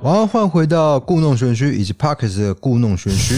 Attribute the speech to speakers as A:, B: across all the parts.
A: 我要换回到故弄玄虚以及 Parkes 的故弄玄虚。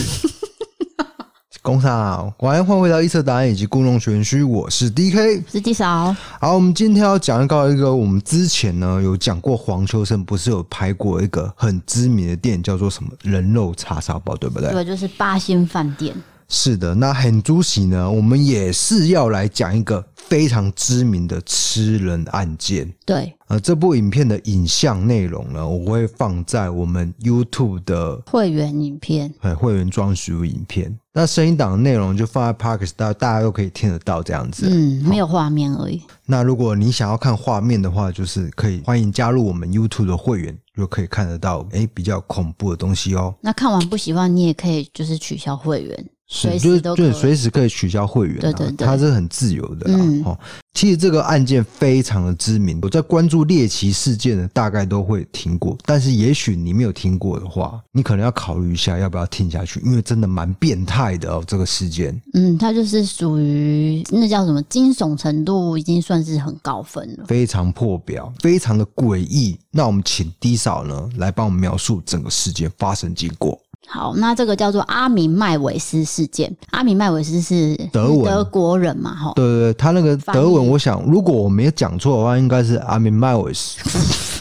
A: 工厂，我要换回到一测答案以及故弄玄虚。我是 DK。
B: 是地少，
A: 好，我们今天要讲到一个，我们之前呢有讲过，黄秋生不是有拍过一个很知名的店，叫做什么人肉叉烧包，对不对？
B: 对，就是八仙饭店。
A: 是的，那很主席呢，我们也是要来讲一个非常知名的吃人案件。
B: 对，
A: 呃，这部影片的影像内容呢，我会放在我们 YouTube 的
B: 会员影片，
A: 呃会员专属影片。那声音档的内容就放在 Parkes，大大家都可以听得到这样子。
B: 嗯，没有画面而已。
A: 那如果你想要看画面的话，就是可以欢迎加入我们 YouTube 的会员，就可以看得到诶比较恐怖的东西哦。
B: 那看完不喜欢，你也可以就是取消会员，随
A: 就
B: 时
A: 是
B: 都可
A: 对，
B: 以。
A: 随时可以取消会员、啊，
B: 对对对
A: 它是很自由的啦、
B: 嗯
A: 哦。其实这个案件非常的知名，我在关注猎奇事件的大概都会听过，但是也许你没有听过的话，你可能要考虑一下要不要听下去，因为真的蛮变态的哦。这个事件
B: 嗯，它就是属于那叫什么惊悚程度，已经算是很高分了。
A: 非常破表，非常的诡异。那我们请 D 嫂呢来帮我们描述整个事件发生经过。
B: 好，那这个叫做阿明麦维斯事件。阿明麦维斯是
A: 德文
B: 德国人嘛？哈，
A: 对对对，他那个
B: 翻译
A: 德文，我想如果我没有讲错的话，应该是阿明迈维斯。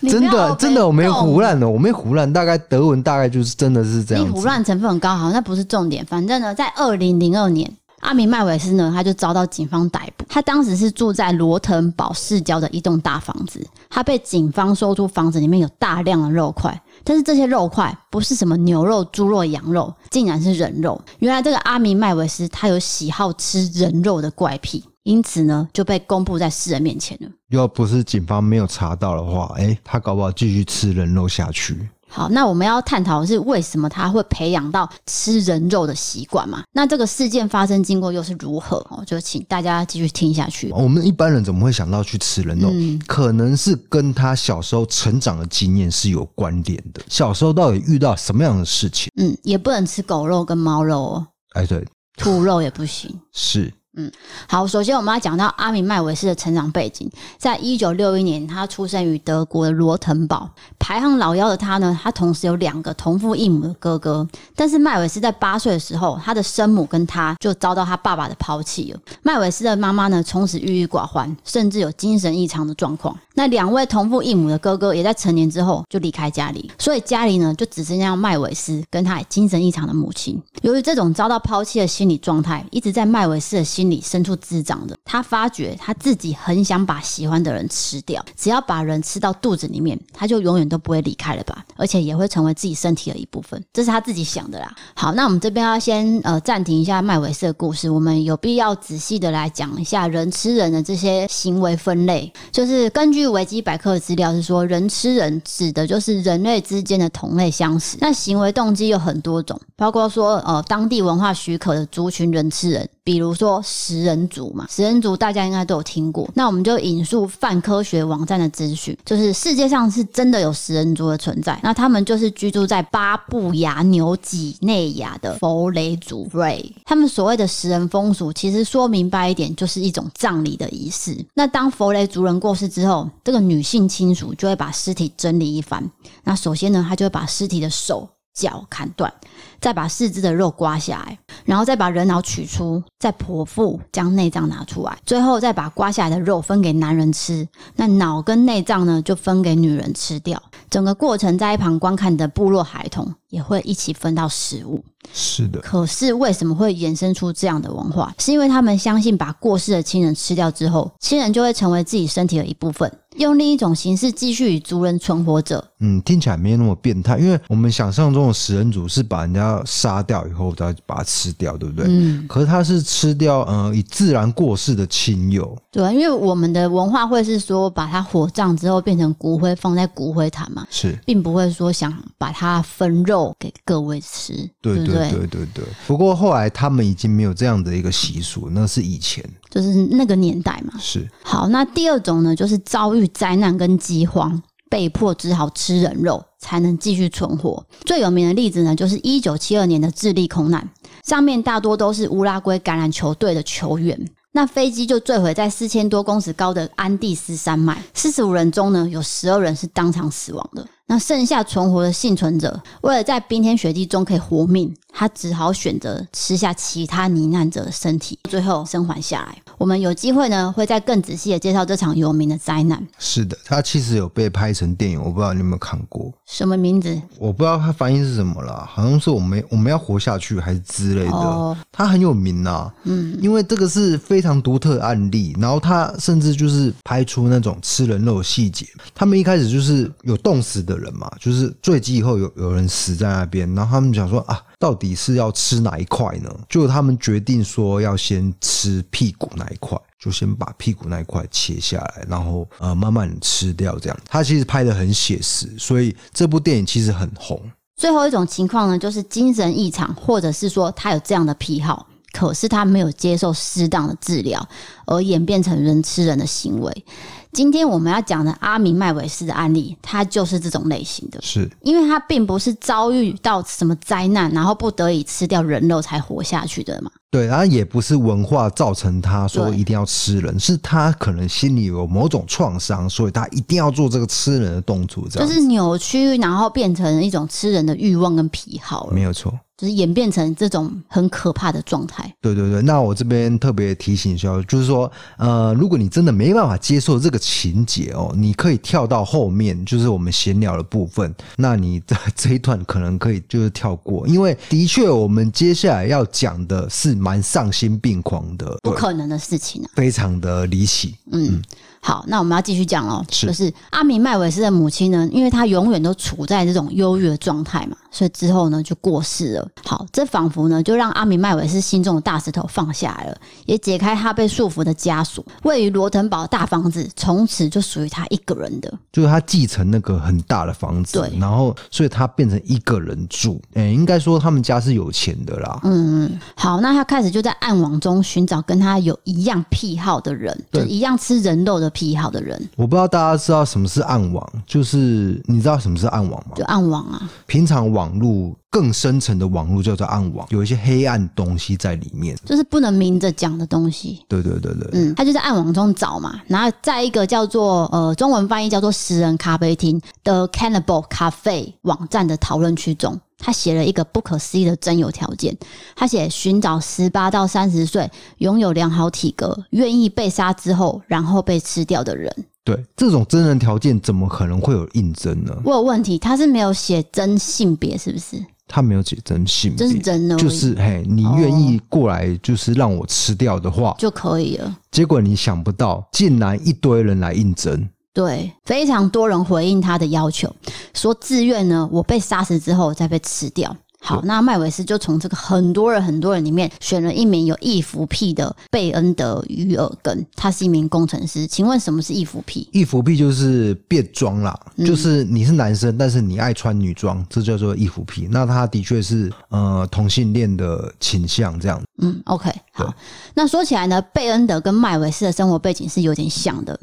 B: 你不
A: 真
B: 要
A: 的，
B: 被
A: 真的，我没
B: 动
A: 胡乱的，我没胡乱。大概德文大概就是真的是这样
B: 你
A: 子。
B: 胡乱成分很高，好，那不是重点。反正呢，在二零零二年，阿明麦维斯呢，他就遭到警方逮捕。他当时是住在罗滕堡市郊的一栋大房子，他被警方搜出房子里面有大量的肉块，但是这些肉块不是什么牛肉、猪肉、羊肉，竟然是人肉。原来这个阿明麦维斯他有喜好吃人肉的怪癖。因此呢，就被公布在世人面前了。
A: 要不是警方没有查到的话，哎、他搞不好继续吃人肉下去。
B: 好，那我们要探讨的是为什么他会培养到吃人肉的习惯嘛？那这个事件发生经过又是如何？哦，就请大家继续听下去。
A: 我们一般人怎么会想到去吃人肉？
B: 嗯
A: 可能是跟他小时候成长的经验是有关联的。小时候到底遇到什么样的事情？
B: 嗯，也不能吃狗肉跟猫肉哦，
A: 哎，对，
B: 兔肉也不行。
A: 是
B: 好，首先我们要讲到阿米麦维斯的成长背景。在一九六一年，他出生于德国的罗滕堡，排行老幺的他呢，他同时有两个同父异母的哥哥。但是麦维斯在八岁的时候，他的生母跟他就遭到他爸爸的抛弃了。麦维斯的妈妈呢，从此郁郁寡欢，甚至有精神异常的状况。那两位同父异母的哥哥也在成年之后就离开家里，所以家里呢就只剩下麦维斯跟他精神异常的母亲。由于这种遭到抛弃的心理状态，一直在麦维斯的心里深处滋长的。他发觉他自己很想把喜欢的人吃掉，只要把人吃到肚子里面，他就永远都不会离开了吧，而且也会成为自己身体的一部分。这是他自己想的啦。好，那我们这边要先呃暂停一下麦维斯的故事，我们有必要仔细的来讲一下人吃人的这些行为分类。就是根据维基百科的资料是说，人吃人指的就是人类之间的同类相食。那行为动机有很多种，包括说呃当地文化许可的族群人吃人，比如说食人族嘛，食人族大家应该都有听过。那我们就引述泛科学网站的资讯，就是世界上是真的有食人族的存在，那他们就是居住在巴布亚纽几内亚的佛雷族 （Ray）。他们所谓的食人风俗，其实说明白一点，就是一种葬礼的仪式。那当佛雷族人过世之后，这个女性亲属就会把尸体整理一番。那首先呢，她就会把尸体的手。脚砍断，再把四肢的肉刮下来，然后再把人脑取出，再剖腹将内脏拿出来，最后再把刮下来的肉分给男人吃，那脑跟内脏呢就分给女人吃掉。整个过程在一旁观看的部落孩童也会一起分到食物。
A: 是的，
B: 可是为什么会衍生出这样的文化？是因为他们相信把过世的亲人吃掉之后，亲人就会成为自己身体的一部分，用另一种形式继续与族人存活着。
A: 嗯，听起来没那么变态，因为我们想象中的食人族是把人家杀掉以后再把它吃掉，对不对？
B: 嗯，
A: 可是他是吃掉，嗯、以自然过世的亲友，
B: 对啊，因为我们的文化会是说把它火葬之后变成骨灰放在骨灰坛嘛，
A: 是
B: 并不会说想把它分肉给各位吃，
A: 对
B: 不
A: 对对对对不过后来他们已经没有这样的一个习俗，那是以前
B: 就是那个年代嘛。
A: 是
B: 好，那第二种呢，就是遭遇灾难跟饥荒，被迫只好吃人肉才能继续存活。最有名的例子呢，就是一九七二年的智利空难，上面大多都是乌拉圭橄榄球队的球员。那飞机就坠毁在四千多公尺高的安第斯山脉，四十五人中呢，有十二人是当场死亡的。那剩下存活的幸存者，为了在冰天雪地中可以活命，他只好选择吃下其他罹难者的身体，最后生还下来。我们有机会呢，会再更仔细的介绍这场有名的灾难。
A: 是的，它其实有被拍成电影，我不知道你有没有看过，
B: 什么名字？
A: 我不知道它翻译是什么啦，好像是我们我们要活下去还是之类的。
B: 哦
A: 它很有名啊，嗯，因为这个是非常独特的案例，然后它甚至就是拍出那种吃人肉的细节。他们一开始就是有冻死的人嘛，就是坠机以后有有人死在那边，然后他们想说啊，到底是要吃哪一块呢？就他们决定说要先吃屁股那一块。就先把屁股那一块切下来，然后呃慢慢吃掉，这样。他其实拍的很写实，所以这部电影其实很红。
B: 最后一种情况呢，就是精神异常，或者是说他有这样的癖好，可是他没有接受适当的治疗，而演变成人吃人的行为。今天我们要讲的阿米麦维斯的案例，他就是这种类型的，
A: 是
B: 因为他并不是遭遇到什么灾难，然后不得已吃掉人肉才活下去的嘛。
A: 对，然后也不是文化造成他说
B: 对
A: 一定要吃人，是他可能心里有某种创伤，所以他一定要做这个吃人的动作，这
B: 就
A: 样
B: 是扭曲，然后变成一种吃人的欲望跟癖好了
A: 没，有错。
B: 就是演变成这种很可怕的状态。
A: 对对对，那我这边特别提醒一下，就是说，呃，如果你真的没办法接受这个情节哦，你可以跳到后面，就是我们闲聊的部分。那你在这一段可能可以就是跳过，因为的确我们接下来要讲的是蛮丧心病狂的，
B: 不
A: 对
B: 可能的事情啊！
A: 非常的离奇。
B: 嗯，好，那我们要继续讲喽。
A: 是
B: 就是阿米麦维斯的母亲呢，因为她永远都处在这种优越状态嘛，所以之后呢就过世了。好，这仿佛呢就让阿米麦维斯心中的大石头放下来了，也解开他被束缚的枷锁。位于罗腾堡的大房子从此就属于他一个人的。
A: 就是他继承那个很大的房子，
B: 对
A: 然后所以他变成一个人住。诶、应该说他们家是有钱的啦。
B: 嗯，好，那他开始就在暗网中寻找跟他有一样癖好的人，就
A: 对
B: 是一样吃人肉的癖好的人，
A: 我不知道大家知道什么是暗网，就是你知道什么是暗网吗？
B: 就暗网啊。
A: 平常网络更深层的网络叫做暗网，有一些黑暗东西在里面。
B: 就是不能明着讲的东西。
A: 对对对对，
B: 嗯，他就在暗网中找嘛，然后在一个叫做呃中文翻译叫做“食人咖啡厅”的 Cannibal Cafe 网站的讨论区中，他写了一个不可思议的真有条件。他写寻找十八到三十岁、拥有良好体格、愿意被杀之后然后被吃掉的人。
A: 对，这种真人条件怎么可能会有应征呢？
B: 我有问题，他是没有写真性别是不是？
A: 他没有写真性
B: 真是哦
A: 别，
B: 真的，
A: 就是嘿，你愿意过来就是让我吃掉的话，
B: 就可以了。
A: 结果你想不到，竟然一堆人来应征。
B: 对，非常多人回应他的要求，说自愿呢，我被杀死之后再被吃掉。好，那麦维斯就从这个很多人很多人里面选了一名有易服癖的贝恩德·于尔根，他是一名工程师。请问什么是易服癖？
A: 易服癖就是变装啦，
B: 嗯
A: 就是你是男生，但是你爱穿女装，这叫做易服癖。那他的确是呃同性恋的倾向这样。
B: 嗯，OK，
A: 对
B: 好。那说起来呢，贝恩德跟麦维斯的生活背景是有点像的。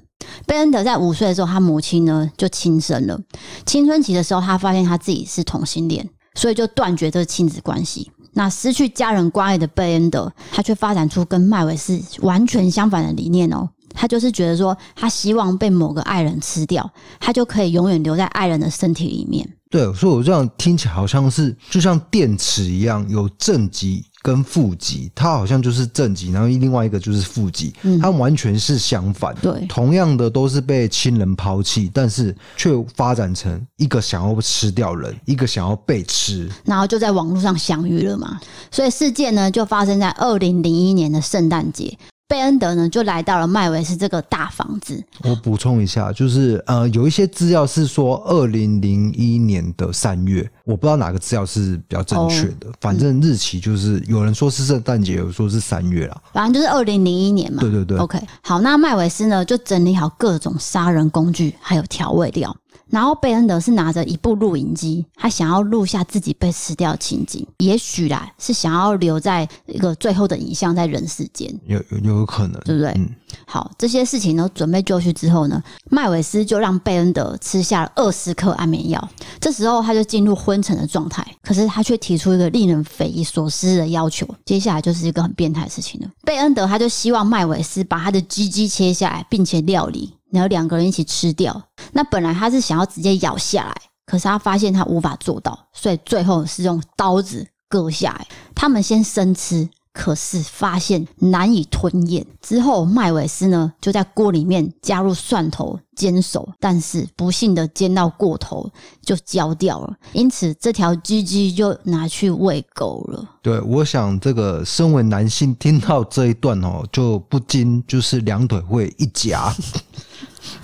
B: 贝恩德在五岁的时候，他母亲呢就轻生了。青春期的时候，他发现他自己是同性恋，所以就断绝这个亲子关系。那失去家人关爱的贝恩德，他却发展出跟麦维斯完全相反的理念哦。他就是觉得说，他希望被某个爱人吃掉，他就可以永远留在爱人的身体里面。
A: 对，所以我这样听起来好像是就像电池一样，有正极跟负极，它好像就是正极，然后另外一个就是负极，它完全是相反。
B: 对
A: 同样的都是被亲人抛弃，但是却发展成一个想要吃掉人，一个想要被吃。
B: 然后就在网络上相遇了嘛。所以事件呢就发生在二零零一年的圣诞节。贝恩德呢就来到了麦维斯这个大房子，
A: 我补充一下，就是呃，有一些资料是说二零零一年的三月，我不知道哪个资料是比较正确的，反正日期就是有人说是圣诞节，有人说是三月啦。
B: 反正就是二零零一年嘛。
A: 对对对
B: OK，好，那麦维斯呢就整理好各种杀人工具还有调味料，然后贝恩德是拿着一部录影机，他想要录下自己被吃掉的情景，也许啦是想要留在一个最后的影像在人世间。
A: 有有有可能，
B: 对不对？
A: 嗯
B: 好，这些事情呢，准备就绪之后呢，麦维斯就让贝恩德吃下了二十颗安眠药。这时候他就进入昏沉的状态，可是他却提出一个令人匪夷所思的要求。接下来就是一个很变态的事情了。贝恩德他就希望麦维斯把他的鸡鸡切下来，并且料理，然后两个人一起吃掉。那本来他是想要直接咬下来，可是他发现他无法做到，所以最后是用刀子割下来。他们先生吃，可是发现难以吞咽。之后，麦维斯呢就在锅里面加入蒜头煎熟，但是不幸的煎到过头就焦掉了，因此这条鸡鸡就拿去喂狗了。
A: 对，我想这个身为男性听到这一段哦，就不禁就是两腿会一 夹，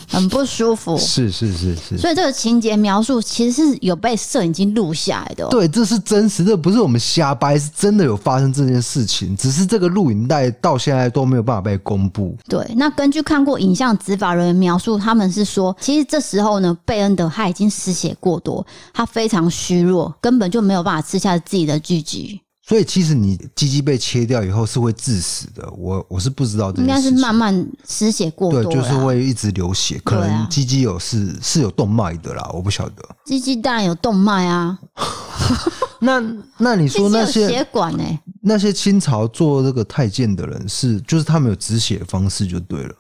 B: 很不舒服。
A: 是是是是，
B: 所以这个情节描述其实是有被摄影机录下来的、哦。
A: 对，这是真实，这不是我们瞎掰，是真的有发生这件事情，只是这个录影带到现在都没有办法被公布。
B: 对，那根据看过影像执法人员描述，他们是说，其实这时候呢，贝恩德他已经失血过多，他非常虚弱，根本就没有办法吃下自己的聚集，
A: 所以其实你鸡鸡被切掉以后是会致死的，我我是不知道这
B: 应
A: 件
B: 该
A: 事
B: 是
A: 情。
B: 慢慢失血过
A: 对，
B: 多
A: 就是
B: 啦。
A: 会一直流血，可
B: 对啊
A: 能鸡鸡有是是有动脉的啦，我不晓得。
B: 鸡鸡当然有动脉啊，
A: 那那你
B: 鸡
A: 说
B: 鸡
A: 那
B: 有
A: 些
B: 血管欸呢、
A: 那些清朝做这个太监的人是，就是他们有止血方式就对了。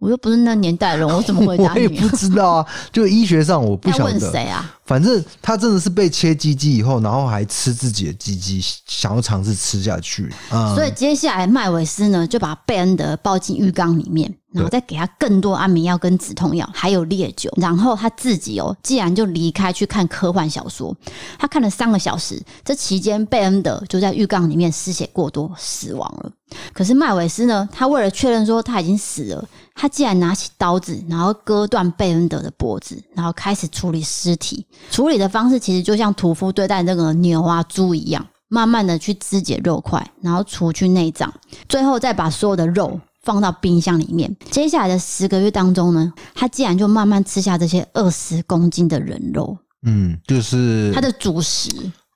B: 我又不是那年代人， 我怎么回答
A: 我也
B: 你
A: 不
B: 啊？
A: 知道啊， 就医学上我不
B: 要
A: 晓
B: 问
A: 得。
B: 谁啊？
A: 反正他真的是被切鸡鸡以后，然后还吃自己的鸡鸡，想要尝试吃下去。嗯，
B: 所以接下来麦维斯呢，就把贝恩德抱进浴缸里面，然后再给他更多安眠药跟止痛药，还有烈酒。然后他自己哦，既然就离开去看科幻小说，他看了三个小时。这期间，贝恩德就在浴缸里面失血过多死亡了。可是麦维斯呢，他为了确认说他已经死了，他竟然拿起刀子，然后割断贝恩德的脖子，然后开始处理尸体。处理的方式其实就像屠夫对待那个牛啊、猪一样，慢慢的去肢解肉块，然后除去内脏，最后再把所有的肉。放到冰箱里面。接下来的十个月当中呢，他竟然就慢慢吃下这些二十公斤的人肉，
A: 嗯，就是
B: 他的主食。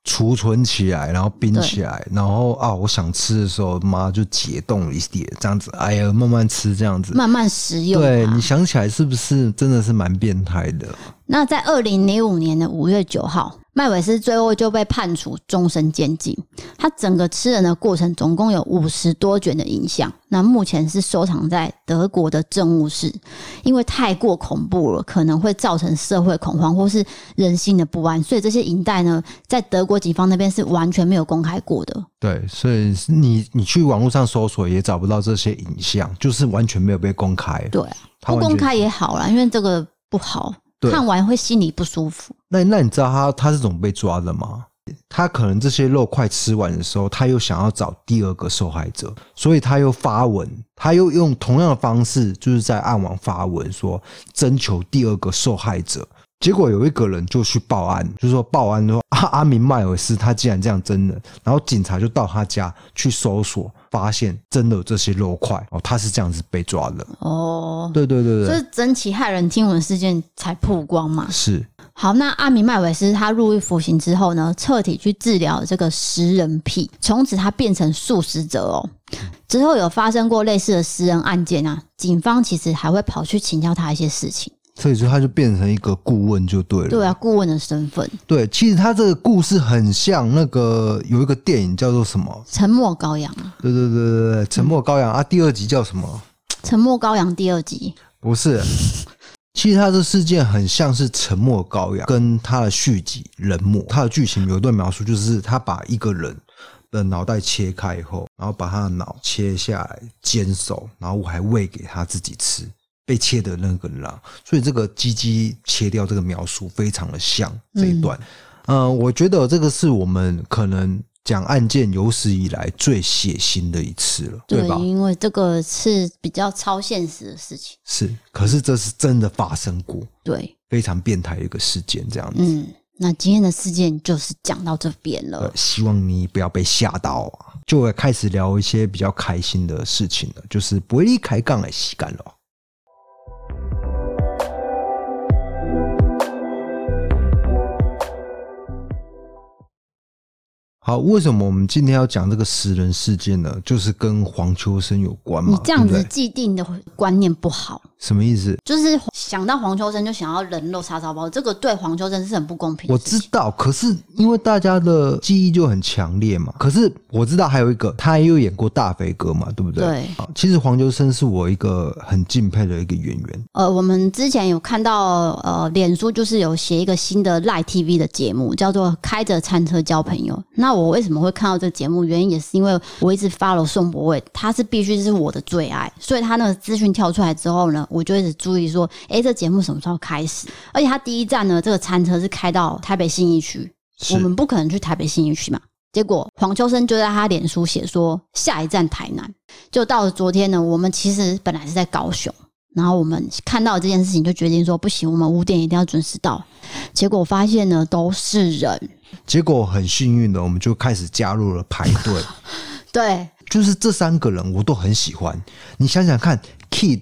A: 储存起来，然后冰起来，然后啊，我想吃的时候，妈就解冻一点，这样子，哎呀，慢慢吃这样子。
B: 慢慢食用
A: 对
B: 它
A: 你。想起来是不是真的是蛮变态的？
B: 那在二零零五年的五月九号，麦维斯最后就被判处终身监禁。他整个吃人的过程总共有五十多卷的影像，那目前是收藏在德国的政务室，因为太过恐怖了，可能会造成社会恐慌或是人心的不安，所以这些影带呢，在德国警方那边是完全没有公开过的。
A: 对，所以你你去网络上搜索也找不到这些影像，就是完全没有被公开。
B: 对啊，
A: 他
B: 不
A: 完全
B: 公开也好啦，因为这个不好，
A: 对
B: 看完会心里不舒服。
A: 那那你知道他他是怎么被抓的吗？他可能这些肉块吃完的时候，他又想要找第二个受害者，所以他又发文，他又用同样的方式，就是在暗网发文说征求第二个受害者。结果有一个人就去报案，就说报案说啊阿明迈尔斯他竟然这样真人，然后警察就到他家去搜索，发现真的有这些肉块哦，他是这样子被抓的。
B: 哦，
A: 对对对
B: 这
A: 对，
B: 是整起骇人听闻事件才曝光嘛？
A: 是
B: 好，那阿米麦维斯他入狱服刑之后呢，彻底去治疗这个食人癖，从此他变成素食者哦。之后有发生过类似的食人案件啊，警方其实还会跑去请教他一些事情，
A: 所以说他就变成一个顾问就对了。
B: 对啊，顾问的身份。
A: 对，其实他这个故事很像那个有一个电影叫做什么？
B: 沉默羔羊啊，
A: 对对对对对，《沉默羔羊》啊，第二集叫什么？
B: 沉默羔羊第二集，
A: 不是，其实他这事件很像是《沉默羔羊》跟他的续集《人魔》，他的剧情有一段描述就是他把一个人。的脑袋切开以后，然后把他的脑切下来煎熟，然后我还喂给他自己吃。被切的那个人啊，所以这个鸡鸡切掉这个描述非常的像这一段。嗯、我觉得这个是我们可能讲案件有史以来最血腥的一次了，对吧？
B: 因为这个是比较超现实的事情，
A: 是，可是这是真的发生过，
B: 对，
A: 非常变态的一个事件，这样子。
B: 嗯，那今天的事件就是讲到这边了
A: 呃。希望你不要被吓到啊！就会开始聊一些比较开心的事情了，就是不会离开杠来洗干了。好，为什么我们今天要讲这个食人事件呢？就是跟黄秋生有关嘛。
B: 你这样
A: 对
B: 子
A: 嗯不对
B: 既定的观念不好，
A: 什么意思？
B: 就是想到黄秋生就想要人肉叉烧包，这个对黄秋生是很不公平的
A: 我
B: 事情。
A: 知道，可是因为大家的记忆就很强烈嘛。可是我知道还有一个，他也有演过大肥哥嘛，对不对？
B: 对
A: 好。其实黄秋生是我一个很敬佩的一个演员。
B: 呃，我们之前有看到，呃，脸书就是有写一个新的 Live TV 的节目，叫做《开着餐车交朋友》。那我为什么会看到这个节目？原因也是因为我一直 follow 宋博伟，他是必须是我的最爱，所以他那个资讯跳出来之后呢，我就一直注意说，诶，这节目什么时候开始？而且他第一站呢，这个餐车是开到台北信义区，
A: 是
B: 我们不可能去台北信义区嘛。结果黄秋生就在他脸书写说下一站台南。就到了昨天呢，我们其实本来是在高雄，然后我们看到这件事情就决定说不行，我们五点一定要准时到。结果发现呢都是人，
A: 结果很幸运的，我们就开始加入了排 队。
B: 对，
A: 就是这三个人我都很喜欢。你想想看，Kid，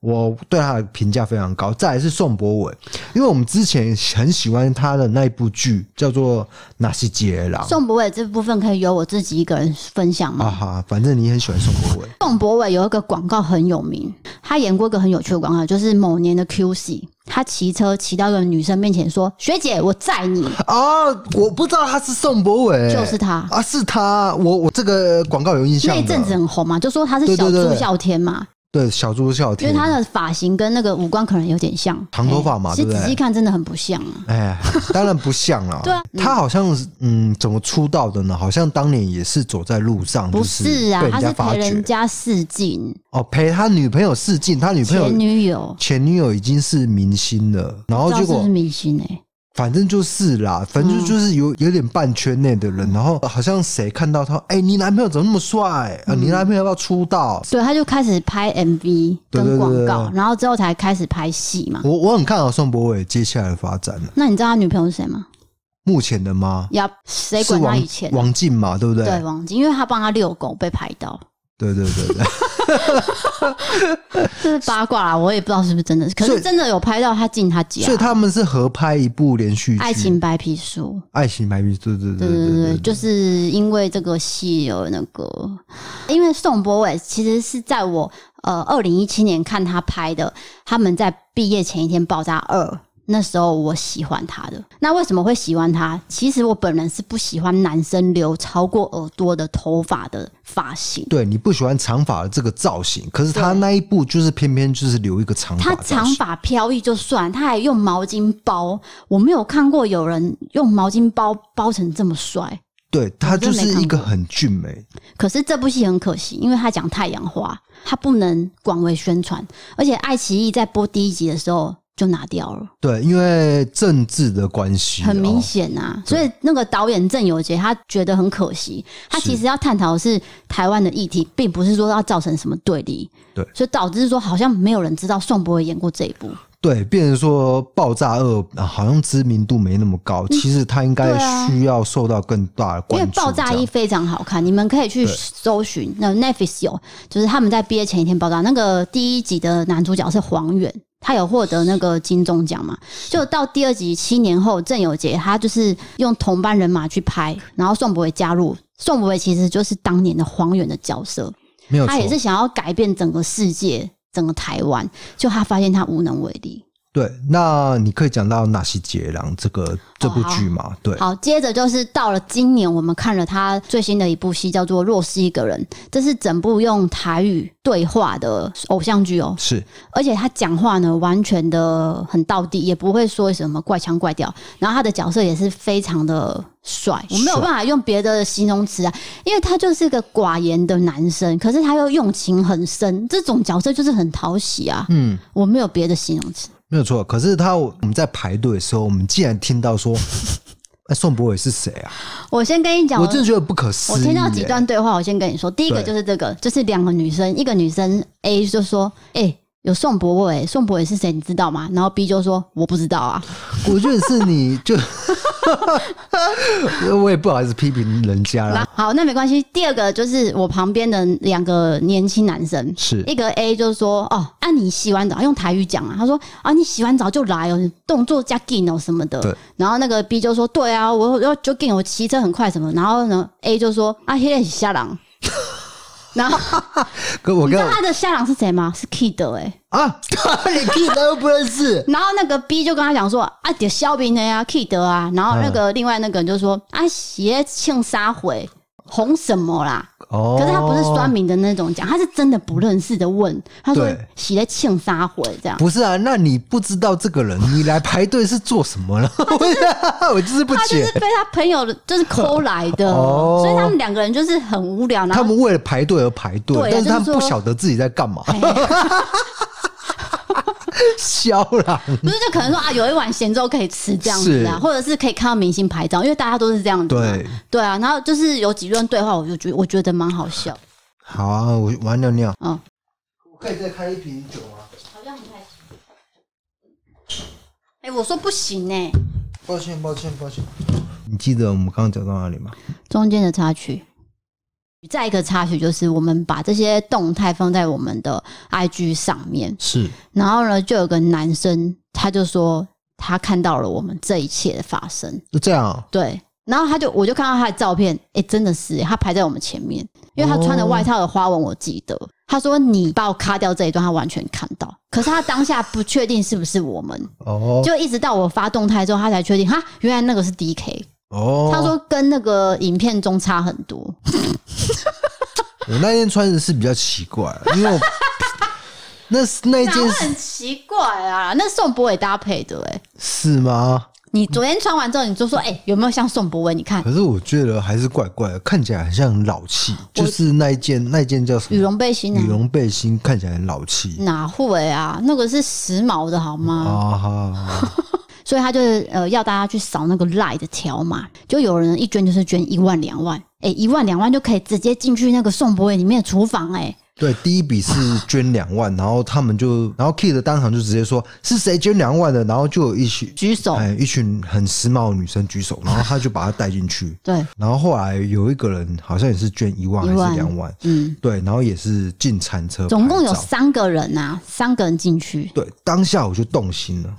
A: 我对他的评价非常高。再来是宋博伟，因为我们之前很喜欢他的那一部剧叫做《纳西杰郎》
B: 宋博伟这部分可以由我自己一个人分享吗？
A: 啊哈，反正你很喜欢宋博伟。
B: 宋博伟有一个广告很有名，他演过一个很有趣的广告，就是某年的 QC，他骑车骑到一个女生面前说：“学姐，我载你。
A: 啊，我不知道他是宋博伟，
B: 就是他
A: 啊，是他，我我这个广告有印”象
B: 那
A: 的。啊
B: 一阵子很红嘛，就说他是
A: 对
B: 小
A: 对对
B: 朱
A: 对
B: 孝天嘛。
A: 对小猪笑
B: 因
A: 天，
B: 为他的发型跟那个五官可能有点像，
A: 长头发嘛
B: 哎
A: 对
B: 其
A: 不
B: 实
A: 对
B: 仔细看真的很不像啊。
A: 哎，当然不像了。
B: 对啊嗯
A: 他好像是嗯，怎么出道的呢？好像当年也是走在路上，
B: 不
A: 就是
B: 是啊
A: 被，人
B: 他
A: 家
B: 是
A: 发
B: 陪
A: 觉
B: 人。家试镜，
A: 哦，陪他女朋友试镜，他女朋
B: 前
A: 友
B: 女友，
A: 前女友已经是明星了，然
B: 不
A: 后
B: 知
A: 结
B: 道是不
A: 果
B: 是嗯明星哎、
A: 反正就是啦，反正就是有有点半圈内的人，然后好像谁看到他，哎、你男朋友怎么那么帅
B: 嗯
A: 啊？你男朋友要不要出道？
B: 对，他就开始拍 MV
A: 对对对
B: 跟广告，
A: 对
B: 然后之后才开始拍戏嘛。
A: 我我很看好宋博伟接下来的发展了。
B: 那你知道他女朋友是谁吗？
A: 目前的吗？
B: 呀，谁
A: 是
B: 管他
A: 王
B: 以前？
A: 王静嘛，对不对？
B: 对王晶，因为他帮他遛狗被拍到，
A: 对对对 对，
B: 这是八卦啦，我也不知道是不是真的，可
A: 所
B: 是
A: 以
B: 真的有拍到他进他家
A: 所以，他们是合拍一部连续剧《
B: 爱情嗯白皮书》。
A: 爱情白皮书》，对对
B: 对
A: 对
B: 对
A: 对
B: 对
A: 对
B: 对，就是因为这个戏有那个，因为宋博伟其实是在我呃二零一七年看他拍的，他们在毕业前一天爆炸二。那时候我喜欢他的，那为什么会喜欢他？其实我本人是不喜欢男生留超过耳朵的头发的发型。
A: 对你不喜欢长发的这个造型，可是他那一部就是偏偏就是留一个长发
B: 他
A: 造型，
B: 长发飘逸就算，他还用毛巾包，我没有看过有人用毛巾包包成这么帅。
A: 对他就
B: 真没
A: 是
B: 看
A: 一个
B: 过
A: 很俊美，
B: 可是这部戏很可惜，因为它讲太阳花，它不能广为宣传，而且爱奇艺在播第一集的时候就拿掉了，
A: 对，因为政治的关系，
B: 很明
A: 哦。
B: 显啊。所以那个导演郑有杰他觉得很可惜，他
A: 是
B: 其实要探讨的是台湾的议题，并不是说要造成什么对立。
A: 对
B: 所以导致说好像没有人知道宋博伟演过这一部。
A: 对，变成说爆炸二、啊好像知名度没那么高，其实他应
B: 嗯对啊
A: 该需要受到更大的
B: 因为
A: 关注。
B: 爆炸
A: 这
B: 一
A: 样
B: 非常好看，你们可以去
A: 对
B: 搜寻。那 Netflix 有，就是他们在毕业前一天爆炸。那个第一集的男主角是黄远，他有获得那个金钟奖嘛？就到第二集七年后，郑有杰他就是用同班人马去拍，然后宋博伟加入。宋博伟其实就是当年的黄远的角色，
A: 没有错
B: 他，也是想要改变整个世界、整个台湾，就他发现他无能为力。
A: 对。那你可以讲到《纳西杰郎》这个这部
B: 哦好
A: 剧嘛？对，
B: 好，接着就是到了今年，我们看了他最新的一部戏，叫做《若是一个人》，这是整部用台语对话的偶像剧哦。
A: 是
B: 而且他讲话呢，完全的很到地，也不会说什么怪腔怪调。然后他的角色也是非常的帅，我没有
A: 帅
B: 办法用别的形容词啊，因为他就是个寡言的男生，可是他又用情很深，这种角色就是很讨喜啊。嗯，我没有别的形容词。
A: 没有错。可是他我们在排队的时候，我们竟然听到说， 哎，宋博伟是谁啊？
B: 我先跟你讲，
A: 我真的觉得不可思议
B: 我
A: 耶。
B: 听到几段对话，我先跟你说，第一个
A: 对
B: 就是这个，就是两个女生，一个女生 A 就说：“哎、有宋博伟，宋博伟是谁你知道吗？然后 B 就说我不知道啊，
A: 我觉得是你 就，我也不好意思批评人家啦。
B: 那 好，那没关系。第二个就是我旁边的两个年轻男生，
A: 是
B: 一个 A 就是说，哦，啊你洗完澡用台语讲啊，他说啊你洗完澡就来哦，你动作加劲哦什么
A: 对
B: 的。然后那个 B 就说，对啊，我要就劲，我骑车很快什么。然后呢 A 就说，啊现在下狼。 然后
A: 可我
B: 你知
A: 跟
B: 道他的下狼是谁吗？是 Kid 哎、
A: 啊， 你屁他又不认识，
B: 然后那个 B 就跟他讲说啊，点肖兵的呀，Kid 啊。然后那
A: 嗯
B: 个另外那个人就说啊，鞋庆杀回红什么啦？
A: 哦，
B: 可是他不是酸，民的那种讲，他是真的不认识的问，他说
A: 对
B: 洗了庆杀回这样，
A: 不是啊？那你不知道这个人，你来排队是做什么了？ 我就是不
B: 他就
A: 解
B: 是，被他朋友的就是抠来的，
A: 哦
B: 所以他们两个人就是很无聊，然
A: 他
B: 后
A: 们为了排队而排队
B: 对，
A: 但是他们
B: 就
A: 不
B: 是说
A: 晓得自己在干嘛，
B: 哎
A: 肖啦，
B: 不是就可能说啊，有一碗咸粥可以吃这样子啊，
A: 是
B: 或者是可以看到明星拍照，因为大家都是这样子嘛，
A: 对，
B: 对啊，然后就是有几段对话，我就觉我觉得蛮好笑，
A: 好啊，我我要尿尿，
B: 嗯，
A: 我可以再开一瓶酒吗？
B: 好像不太行。哎、我说不行哎、
A: 抱歉，抱歉，抱歉。你记得我们刚刚讲到哪里吗？
B: 中间的插曲。再一个插曲就是，我们把这些动态放在我们的 IG 上面，
A: 是
B: 然后呢，就有个男生他就说他看到了我们这一切的发生，
A: 就这样哦、
B: 对，然后他就我就看到他的照片，哎、真的是、他排在我们前面，因为他穿的外套的花纹我记得，他说你把我卡掉这一段，他完全看到，可是他当下不确定是不是我们，
A: 哦
B: 就一直到我发动态之后，他才确定，哈，原来那个是 DK，
A: 哦，
B: 他说跟那个影片中差很多。
A: 我那天穿的是比较奇怪，因为 我那是那一
B: 哪
A: 件
B: 会
A: 是
B: 很奇怪啊？那宋博伟搭配的哎、
A: 是吗？
B: 你昨天穿完之后，你就说哎、有没有像宋博伟？你看
A: 可是我觉得还是怪怪的，看起来很像很老气，就是那一件那一件叫什
B: 羽
A: 么
B: 绒背心
A: 羽
B: 啊，
A: 绒背心，看起来很老气。
B: 哪会啊？那个是时髦的好吗？
A: 啊哈，
B: 所以他就是呃要大家去扫那个赖的条码，就有人一捐就是捐一万两万，哎、一万两万就可以直接进去那个宋博伟里面的厨房哎、
A: 对，第一笔是捐两万，然后他们就，然后 Kid 当场就直接说是谁捐两万的，然后就有一群
B: 举手
A: 哎，一群很时髦的女生举手，然后他就把她带进去，
B: 对，
A: 然后后来有一个人好像也是捐一万还
B: 一万
A: 是两万，
B: 嗯，
A: 对，然后也是进餐车拍照，
B: 总共有三个人啊，三个人进去，
A: 对，当下我就动心了。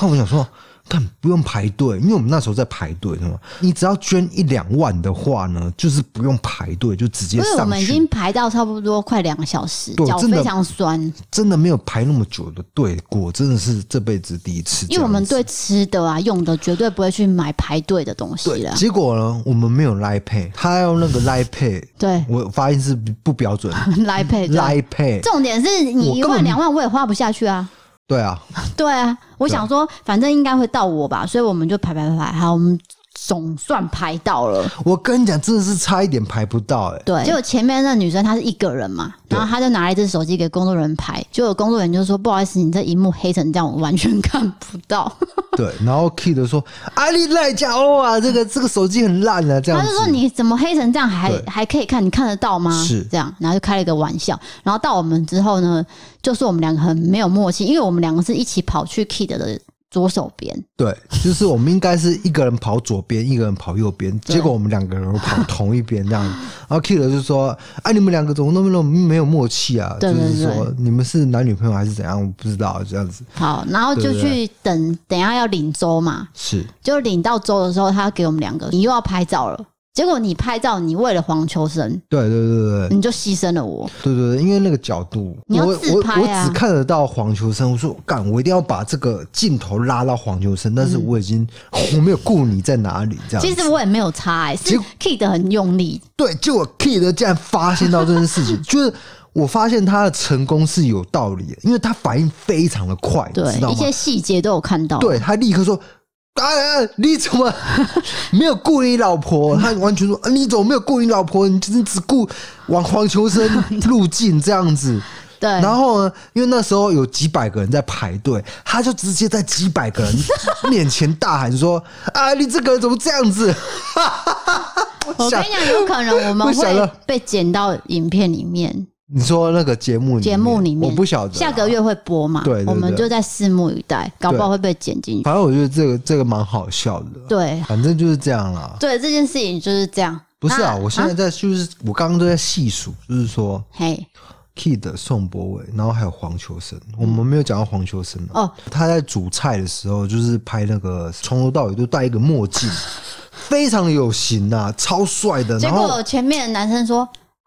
A: 那我想说，看不用排队，因为我们那时候在排队，是吗？你只要捐一两万的话呢，就是不用排队，就直接
B: 因为我
A: 上
B: 们已经
A: 去。
B: 排到差不多快两个小时，
A: 对
B: 脚
A: 真的
B: 非常酸。
A: 真的没有排那么久的队过，真的是这辈子第一次这样子。
B: 因为我们对吃的啊、用的绝对不会去买排队的东西
A: 对，
B: 了。
A: 结果呢，我们没有 Line Pay，他用那个 Line Pay，
B: 对，
A: 我发音是不标准
B: 来配 对。
A: ，Line Pay，
B: 重点是
A: 我
B: 你一
A: 根
B: 万
A: 本
B: 两万我也花不下去啊。
A: 对啊，
B: 对啊，我想说反正应该会到我吧，所以我们就排排排排，好，我们总算排到了。
A: 我跟你讲，真的是差一点排不到、欸，哎，
B: 对，结果前面那女生她是一个人嘛，然后她就拿了一只手机给工作人员拍，结果工作人员就说：“不好意思，你这荧幕黑成这样，我完全看不到。
A: 对，然后 Kid 说：“阿丽赖家欧啊，这个这个手机很烂啊，”这样
B: 她
A: 子。”
B: 就说：“你怎么黑成这样还
A: 对
B: 还可以看？你看得到吗？”
A: 是
B: 这样，然后就开了一个玩笑。然后到我们之后呢，就是我们两个很没有默契，因为我们两个是一起跑去 Kid 的左手边，
A: 对，就是我们应该是一个人跑左边，一个人跑右边，结果我们两个人跑同一边这样。然后 Kid 就说：“啊，你们两个怎么那么那么没有默契啊？
B: 对对
A: 就是
B: 对
A: 说你们是男女朋友还是怎样？我不知道这样子。
B: 好，然后就
A: 对对
B: 去等等一下要领粥嘛，
A: 是
B: 就领到粥的时候，他给我们两个，你又要拍照了。结果你拍照，你为了黄秋生，
A: 对对对对
B: 你就牺牲了我。
A: 对对对，因为那个角度，
B: 嗯你要
A: 我
B: 自
A: 我
B: 拍啊
A: 我只看得到黄秋生，我说干，我一定要把这个镜头拉到黄秋生，但是我已经、我没有顾你在哪里这样子。
B: 嗯其实我也没有差、欸，
A: 结
B: 是
A: 果
B: Kid 很用力，
A: 对，就我 Kid 竟然发现到这件 事情，就是我发现他的成功是有道理的，因为他反应非常的快，你
B: 对
A: 知道
B: 一
A: 吗
B: 些？细节都有看到。
A: 对他立刻说。啊！你怎么 没有顾你老 婆？他完全说：“啊、你怎么没有顾你老婆？你就是只顾往黄秋 生路径这样子。”
B: 对，
A: 然后呢，因为那时候有几百个人在排队，他就直接在几百个 人面前大喊说：“啊，你这个人怎么这样子？”
B: 我跟你讲，有可能我 们
A: 不想
B: 会
A: 了
B: 被剪到影片里面。
A: 你说那个节目里面
B: 节目里面
A: 我不晓得啊
B: 下个月会播嘛？
A: 对对对
B: 我们就在拭目以待，搞不好会被剪进去。
A: 反正我觉得这个这个蛮好笑的，
B: 对
A: 反正就是这样啦。
B: 对，这件事情就是这样。
A: 不是啊，
B: 那
A: 我现在在就是、我刚刚都在细数，就是说
B: 嘿，
A: Kid、宋博伟，然后还有黄秋生，我们没有讲到黄秋生啊
B: 哦，
A: 他在煮菜的时候，就是拍那个从头到尾都戴一个墨镜，非常有型啊，超帅的。
B: 结
A: 然后
B: 果前面的男生说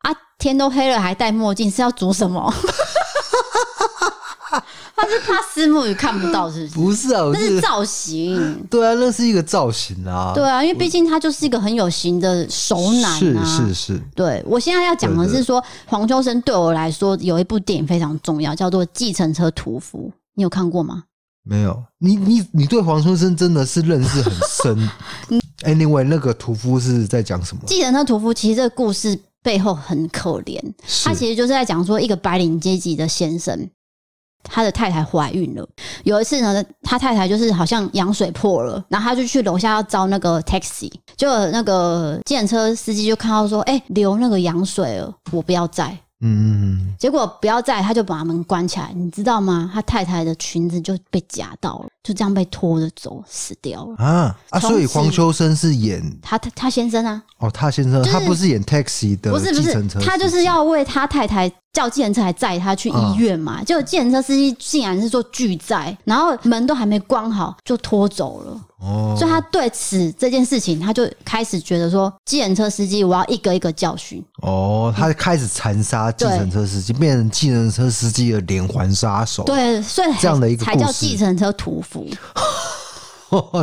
B: 啊，天都黑了还戴墨镜是要煮什么？ 他是怕私沐鱼看不到，是不是？
A: 不是啊，我
B: 那
A: 是
B: 是造型。
A: 对啊，那是一个造型啊，
B: 对啊，因为毕竟他就是一个很有型的熟男啊。
A: 是是是，
B: 对我现在要讲的
A: 对对
B: 是说，黄秋生对我来说有一部电影非常重要，叫做《计程车屠夫》，你有看过吗？
A: 没有你你你对黄秋生真的是认识很 深。anyway，那个屠夫是在讲什么？
B: 《计程车屠夫》其实这个故事背后很可怜，
A: 是
B: 他其实就是在讲说一个白领阶级的先生。他的太太怀孕了，有一次呢，他太太就是好像羊水破了，然后他就去楼下要招那个 taxi，就那个计程车司机就看到说，哎、流那个羊水了，我不要载。
A: 嗯嗯
B: 结果不要载，他就把门关起来，你知道吗？他太太的裙子就被夹到了，就这样被拖着走，死掉了。
A: 嗯啊啊，
B: 从
A: 所以
B: 此
A: 黄秋生是演
B: 他他他先生啊，
A: 哦，他先生、
B: 是
A: 他不是演 taxi 的
B: 不是不
A: 计
B: 是
A: 程车司，机，
B: 他就是要为他太太叫计程车来载他去医院嘛。
A: 啊
B: 结果计程车司机竟然是说拒载，然后门都还没关好就拖走了。
A: 哦，
B: 所以他对此这件事情，他就开始觉得说，计程车司机我要一个一个教训。
A: 哦，他开始残杀计程车司机，变成计程车司机的连环杀手。
B: 对，所以才
A: 哦这样的一个
B: 才叫
A: 故事
B: 计程车屠夫。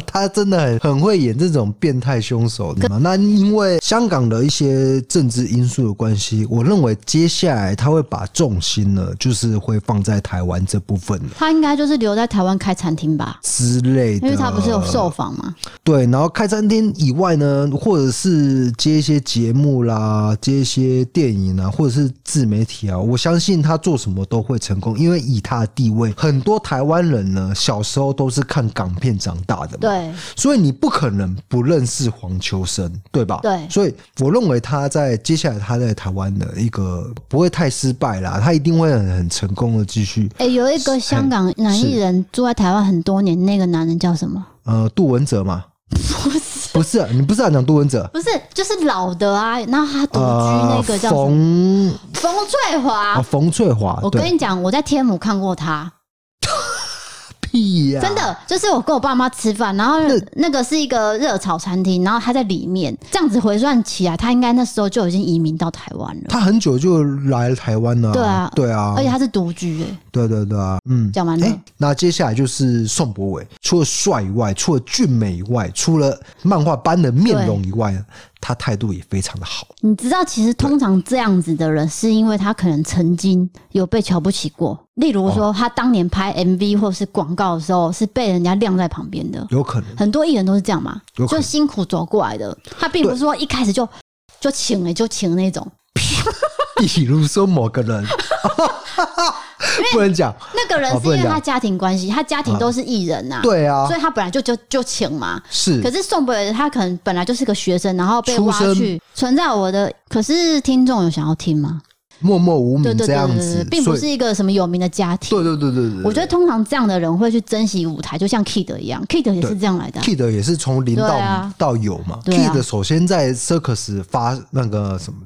A: 他真的很很会演这种变态凶手的嘛。那因为香港的一些政治因素的关系，我认为接下来他会把重心呢，就是会放在台湾这部分
B: 他应该就是留在台湾开餐厅吧，
A: 之类的，
B: 因为他不是有受访吗？
A: 对，然后开餐厅以外呢，或者是接一些节目啦，接一些电影啊，或者是自媒体啊，我相信他做什么都会成功，因为以他的地位，很多台湾人呢小时候都是看港片长大的嘛，
B: 对，
A: 所以你不可能不认识黄秋生，对吧？
B: 对
A: 所以我认为他在接下来他在台湾的一个不会太失败啦，他一定会很很成功的继续。
B: 哎、有一个香港男艺人住在台湾很多年，那个男人叫什么？
A: 呃，杜文泽嘛，
B: 不是，
A: 不是啊你不是要讲杜文泽？
B: 不是，就是老的啊。然后他独居
A: 呃，
B: 那个叫什么？
A: 冯
B: 哦冯、哦翠华。
A: 啊，冯翠华，
B: 我
A: 对
B: 跟你讲，我在天母看过他，
A: 屁呀、
B: 真的就是我跟我爸妈吃饭，然后那个啊是一个热炒餐厅，然后他在里面，这样子回算起来，他应该那时候就已经移民到台湾了，
A: 他很久就来台湾了、
B: 对啊
A: 对啊，
B: 而且他是独居、欸，
A: 对对对啊，嗯，
B: 讲完了
A: 哎、那接下来就是宋博伟，除了帅以外，除了俊美以外，除了漫画般的面容以外，他态度也非常的好。
B: 你知道，其实通常这样子的人，是因为他可能曾经有被瞧不起过。例如
A: 哦
B: 说，他当年拍 MV 或是广告的时候，是被人家晾在旁边的。
A: 有可能，
B: 很多艺人都是这样嘛，
A: 有可
B: 就
A: 能
B: 辛苦走过来的。他并不是说一开始就就请欸了就请那种。
A: 比如说某个 人，不能讲，
B: 那个人
A: 哦
B: 是
A: 不
B: 因
A: 能
B: 为他
A: 讲
B: 家庭关系，他家庭都是艺人呐、
A: 对啊
B: 所，以他本来就就就请嘛。可
A: 是
B: 是宋博他可能本来就是个学生，然后被
A: 出
B: 挖
A: 身
B: 去存在我的。可是听众有想要听吗？
A: 默默无
B: 对
A: 名
B: 对
A: 嗯这
B: 对
A: 样
B: 对对
A: 子
B: 对，，并不
A: 所以
B: 是一个什么有名的家庭。
A: 对对对对对，
B: 我觉得通常这样的人会去珍惜舞台，就像 Kid 一样，Kid 也是这样来的啊。
A: Kid 也是从零到、
B: 对啊
A: 到有嘛、
B: 对啊
A: Kid 首先在 Circus 发那个什么，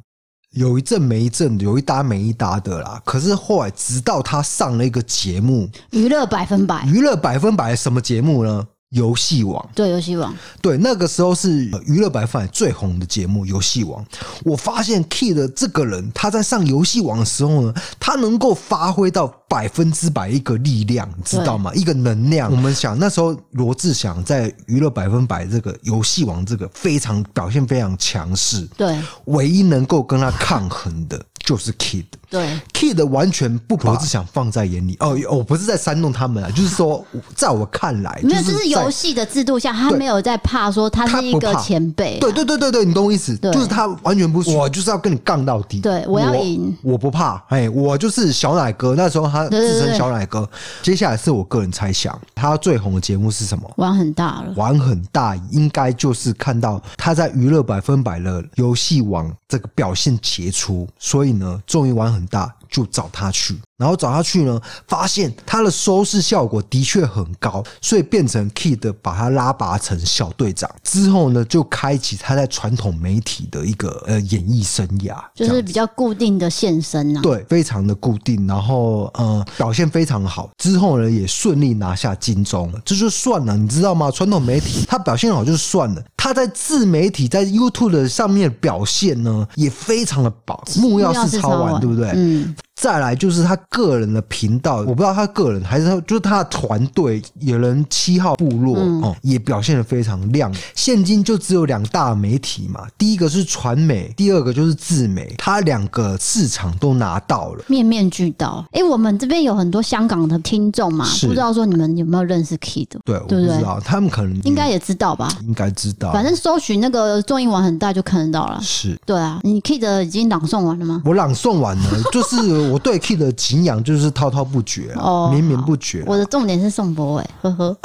A: 有一阵没一阵，有一搭没一搭的啦。可是后来直到他上了一个节目，
B: 娱乐百分百，
A: 娱乐百分百什么节目呢？游戏王。
B: 对游戏王，
A: 对，那个时候是呃娱乐百分百最红的节目《游戏王》。我发现 Kid 这个人，他在上游戏王的时候呢，他能够发挥到百分之百一个力量，你知道吗？一个能量。我们想那时候罗志祥在娱乐百分百这个游戏王这个非常表现非常强势，
B: 对
A: 唯一能够跟他抗衡的 就是 Kid。
B: 对
A: Kid 完全不把罗志祥放在眼里哦，我不是在煽动他们啊，就是说，在我看来，
B: 没有，就是
A: 在
B: 游戏的制度下，他
A: 对
B: 没有在怕说他
A: 他
B: 是
A: 不
B: 一个
A: 怕
B: 前辈啊，
A: 对对对对对，你懂我意思，
B: 对
A: 就是他完全不是，我就是要跟你杠到底，
B: 对我要赢
A: 我不怕，哎，我就是小奶哥，那时候他
B: 对对对
A: 自称小奶哥。接下来是我个人猜想，他最红的节目是什么？
B: 玩很大了。
A: 玩很大，应该就是看到他在娱乐百分百的游戏王这个表现杰出，所以呢，终于玩很大就找他去，然后找他去呢，发现他的收视效果的确很高，所以变成 Kid 把他拉拔成小队长之后呢，就开启他在传统媒体的一个呃演艺生涯，这
B: 就
A: 样
B: 是比较固定的现身啊。
A: 对，非常的固定，然后呃表现非常好，之后呢也顺利拿下金钟，这就算了，你知道吗？传统媒体他表现好就算了，他在自媒体在 YouTube 的上面的表现呢也非常的棒，木曜
B: 是
A: 是超
B: 完，
A: 完，对不对？
B: 嗯，
A: 再来就是他个人的频道，我不知道他个人还是他就是他的团队，有人七号部落、
B: 嗯
A: 哦，也表现的非常亮眼。现今就只有两大媒体嘛，第一个是传媒，第二个就是自媒，他两个市场都拿到了。
B: 面面俱到。哎、我们这边有很多香港的听众嘛，
A: 是
B: 不知道说你们有没有认识 Kid？
A: 对，我不
B: 对
A: 知
B: 不对
A: 道，嗯他们可能
B: 应该也知道吧？
A: 应该知道，
B: 反正搜寻那个综艺网很大就看得到了。
A: 是。
B: 对啊，你 Kid 已经朗诵完了吗？
A: 我朗诵完了， 就是我对 Kid 的敬仰就是滔滔不绝、啊，
B: 哦
A: 绵绵不绝啊、
B: 我的重点是宋博伟，呵呵。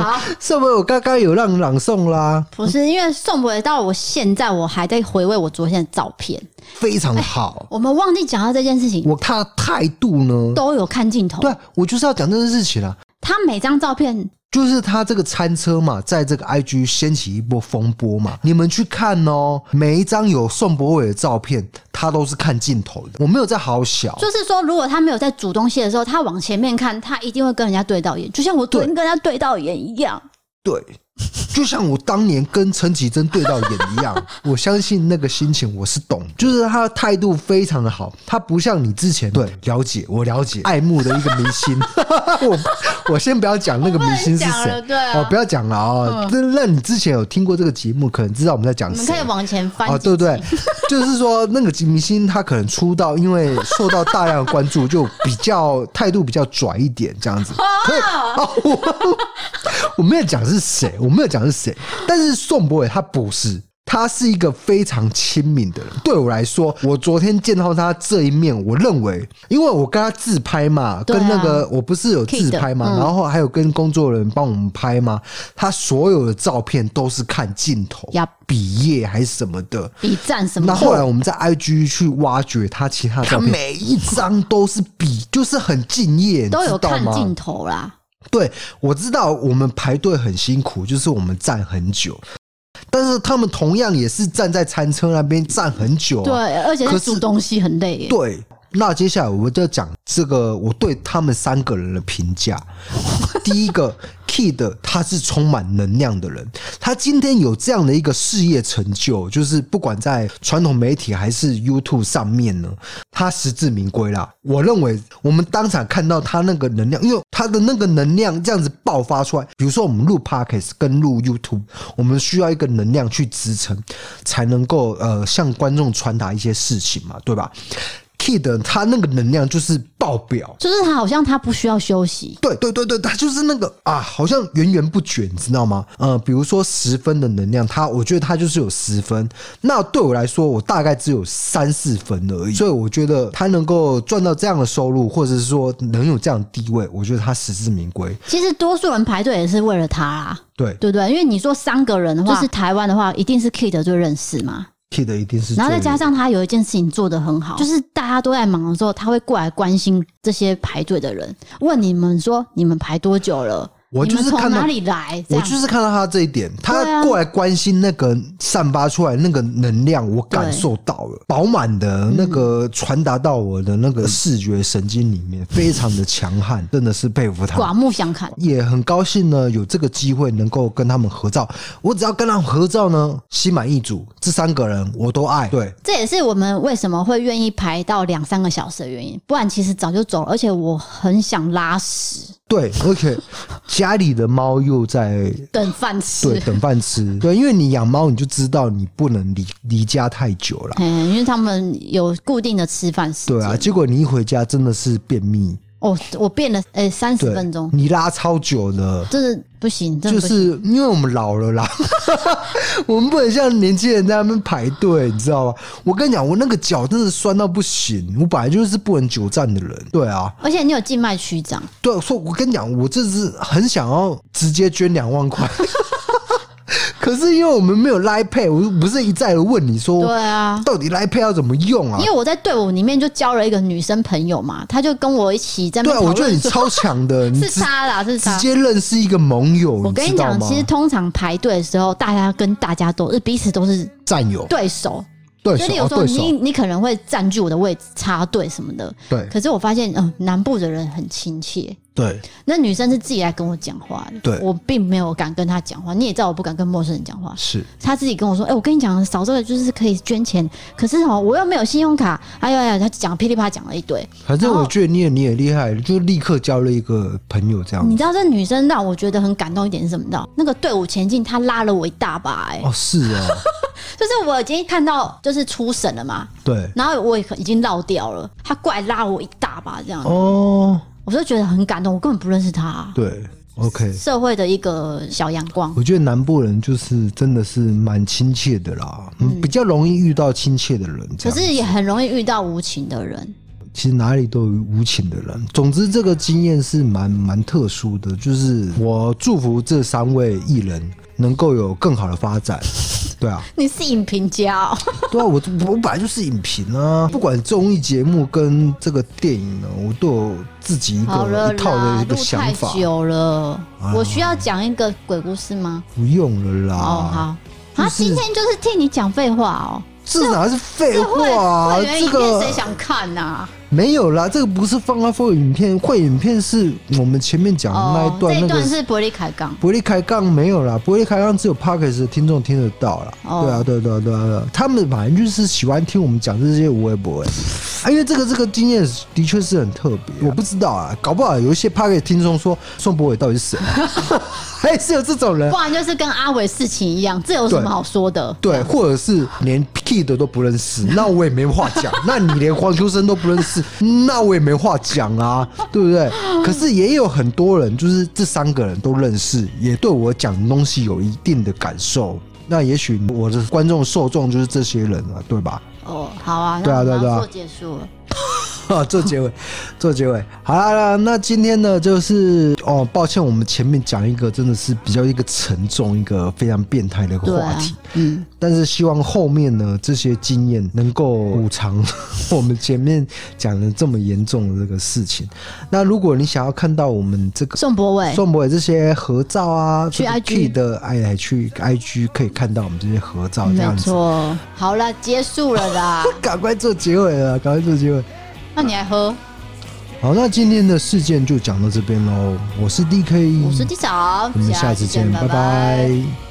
B: 好，
A: 是不是我刚刚有让你朗诵啦？
B: 不是因为宋博伟到我现在，我还在回味我昨天的照片。
A: 非常好，
B: 我们忘记讲到这件事情，
A: 我他的态度呢？
B: 都有看镜头。
A: 对啊，我就是要讲这件事情啊，
B: 他每张照片
A: 就是他这个餐车嘛，在这个 IG 掀起一波风波嘛，你们去看哦，每一张有宋博伟的照片，他都是看镜头的，我没有在好小。
B: 就是说，如果他没有在煮东西的时候，他往前面看，他一定会跟人家对到眼，就像我昨天跟人家对到眼一样。
A: 对，就像我当年跟陈绮贞对到眼一样，我相信那个心情我是懂，就是他的态度非常的好，他不像你之前对了解我了解爱慕的一个明 星，我我先不要讲那个明星是
B: 我不能讲
A: 谁
B: 了，对啊嗯
A: 哦，不要讲了哦，那、那你之前有听过这个节目，可能知道我们在讲
B: 你们
A: 谁，
B: 可以往前翻
A: 哦，
B: 几集，
A: 对不 对？就是说，那个明星他可能出道，因为受到大量的关注，就比较态度比较拽一点这样子。可以哦，我 我没有讲是谁，我没有讲是谁，但是宋博伟他不是。他是一个非常亲民的人，对我来说，我昨天见到他这一面，我认为，因为我跟他自拍嘛，
B: 对啊
A: 跟那个我不是有自拍嘛，然后还有跟工作人员帮我们拍嘛，他所有的照片都是看镜头，
B: Yup
A: 毕业还是什么的。
B: 比赞什么
A: 那
B: 的？
A: 后来我们在 IG 去挖掘他其他的照片，每一张都是比，就是很敬业，你
B: 都有
A: 知道
B: 看
A: 吗
B: 镜头啦。
A: 对，我知道我们排队很辛苦，就是我们站很久，但是他们同样也是站在餐车那边站很久、
B: 对
A: 啊。，
B: 而且
A: 可
B: 在
A: 是
B: 煮东西很累耶。
A: 对，那接下来我就讲这个我对他们三个人的评价。第一个 Kid 他是充满能量的人，他今天有这样的一个事业成就，就是不管在传统媒体还是 YouTube 上面呢，他实至名归啦。我认为我们当场看到他那个能量，因为他的那个能量这样子爆发出来，比如说我们录 Podcast 跟录 YouTube，我们需要一个能量去支撑，才能够呃向观众传达一些事情嘛，对吧？Kid 他那个能量就是爆表，
B: 就是他好像他不需要休息，
A: 对对对对，他就是那个啊，好像源源不绝，你知道吗？呃，比如说十分的能量，他我觉得他就是有十分。那对我来说，我大概只有三四分而已，所以我觉得他能够赚到这样的收入，或者是说能有这样的地位，我觉得他实至名归。
B: 其实多数人排队也是为了他啦，
A: 对
B: 对不对？因为你说三个人的话，就是台湾的话，一定是 Kid 最认识嘛。
A: ，Kid 一定是最。
B: 然后再加上他有一件事情做得很好，就是大家都在忙的时候，他会过来关心这些排队的人，问你们说你们排多久了，
A: 我就是
B: 你们
A: 看
B: 从
A: 到
B: 哪里来，这
A: 我
B: 样
A: 就是看到他这一点，
B: 对
A: 他
B: 啊
A: 过来关心那个散发出来那个能量，我感受到了，饱满的那个传达到我的那个视觉神经里面，非常的强悍，真的是佩服他。
B: 刮目相看。
A: 也很高兴呢，有这个机会能够跟他们合照。我只要跟他们合照呢，心满意足。这三个人我都爱。对，
B: 这也是我们为什么会愿意排到两三个小时的原因，不然其实早就走了。而且我很想拉屎，
A: 对，而且家里的猫又在
B: 等饭
A: 对
B: 吃。
A: 等饭吃。对，因为你养猫，你就知道你不能离离家太久了。
B: 嗯，因为他们有固定的吃饭时间。
A: 对啊，结果你一回家真的是便秘，
B: 哦，我变了，诶三十
A: 对
B: 分钟，
A: 你拉超久的。
B: 这是不行，真
A: 就
B: 的不行。
A: 是因为我们老了啦， 我们不能像年轻人在那边排队，你知道吗？我跟你讲，我那个脚真的酸到不行，我本来就是不能久站的人。对啊，
B: 而且你有静脉曲张，
A: 对，所以我跟你讲，我这是很想要直接捐两万块。 可是因为我们没有 Line Pay，我不是一再的问你说，
B: 对啊，
A: 到底 Line Pay 要怎么用啊
B: 因？为我在队伍里面就交了一个女生朋友嘛，她就跟我一起在那
A: 对啊，
B: 边讨
A: 我
B: 论
A: 觉得你超强 的，你
B: 是
A: 直
B: 她啦，是
A: 直
B: 她。
A: 接认识一个盟友，
B: 我跟
A: 你
B: 你
A: 知道
B: 讲，
A: 吗？
B: 其实通常排队的时候，大家跟大家都是彼此都是
A: 战友
B: 对手，
A: 对
B: 就
A: 手
B: 例如
A: 哦
B: 说
A: 对
B: 你
A: 手
B: 你可能会占据我的位置插队什么的，
A: 对
B: 可是我发现，嗯、南部的人很亲切。
A: 对
B: 那女生是自己来跟我讲话的，
A: 对
B: 我并没有敢跟她讲话。你也知道，我不敢跟陌生人讲话。
A: 是
B: 她自己跟我说：“哎、我跟你讲，扫这个就是可以捐钱，可是哦，我又没有信用卡。”哎呀呀，她讲噼里啪啦讲了一堆。
A: 反正
B: 然后
A: 我觉得你也你也厉害，就立刻交了一个朋友这样子。
B: 你知道这女生让我觉得很感动一点是什么？你知道那个队伍前进，她拉了我一大把、哎、
A: 哦，是啊，
B: 就是我已经看到就是出神了嘛，
A: 对
B: 然后我也已经绕掉了，她过来拉我一大把这样，
A: 哦，
B: 我就觉得很感动。我根本不认识她、
A: 对，OK。
B: 社会的一个小阳光。
A: 我觉得南部人就是真的是蛮亲切的啦，嗯比较容易遇到亲切的人这
B: 可
A: 样。
B: 是也很容易遇到无情的人，
A: 其实哪里都有无情的人。总之，这个经验是蛮蛮特殊的，就是我祝福这三位艺人能够有更好的发展。对啊，
B: 你是影评家、哦，
A: 对啊，我我本来就是影评啊，不管综艺节目跟这个电影呢，我都有自己一
B: 好
A: 个
B: 了
A: 一套
B: 啦
A: 的一个
B: 录太
A: 想法。
B: 久了，我需要讲一个鬼故事吗？
A: 不用了啦，
B: 哦，好。啊，
A: 就是
B: 今天就是替你讲废话哦。
A: 这哪是废
B: 这会
A: 话、啊
B: 会？员
A: 哎这
B: 影
A: 个
B: 片谁想看啊呐、
A: 没有啦，这个不是放 iPhone 影片，会影片是我们前面讲的那
B: 哦
A: 一，
B: 这
A: 段，
B: 一
A: 那个
B: 段是伯利凯刚，
A: 伯利开杠没有啦，伯利开杠只有 Parkes 的听众听得到啦。
B: 哦
A: 对啊，对啊对啊对啊对啊，他们反正就是喜欢听我们讲这些无微博哎，啊，因为这个这个经验的确是很特别啊、我不知道啊，搞不好有一些 Parkes 听众说宋博伟到底是谁啊， 还是有这种人
B: 不。然就是跟阿伟事情一样，这有什么好说的？
A: 对，或者是连 Kid 都不认 识，那我也没话讲。那你连黄秋生都不认识，那我也没话讲啊，对不对？可是也有很多人，就是这三个人都认识，也对我讲的东西有一定的感受。那也许我的观众受众就是这些人啊，对吧？
B: 哦，好啊，
A: 对啊
B: 那我
A: 对啊
B: 们
A: 对啊
B: 要做结束了。
A: 啊，做结尾， 做结尾。好啦，那今天呢，就是哦，抱歉，我们前面讲一个真的是比较一个沉重、一个非常变态的一个
B: 对
A: 话
B: 啊
A: 题。，
B: 嗯，
A: 但是希望后面呢，这些经验能够补偿 我们前面讲的这么严重的这个事情。那如果你想要看到我们这个
B: 宋博伟，
A: 宋博伟这些合照啊，
B: 去
A: 这个
B: IG
A: Key 的哎，去 IG 可以看到我们这些合照这
B: 没
A: 样子。
B: 错，好了，结束了 啦。
A: 赶快做结尾了，赶快做结尾。
B: 那你还喝？
A: 好，那今天的事嗯件就讲到这边喽。我是 DK，
B: 我是地嫂，
A: 我们下次见，
B: 拜
A: 拜拜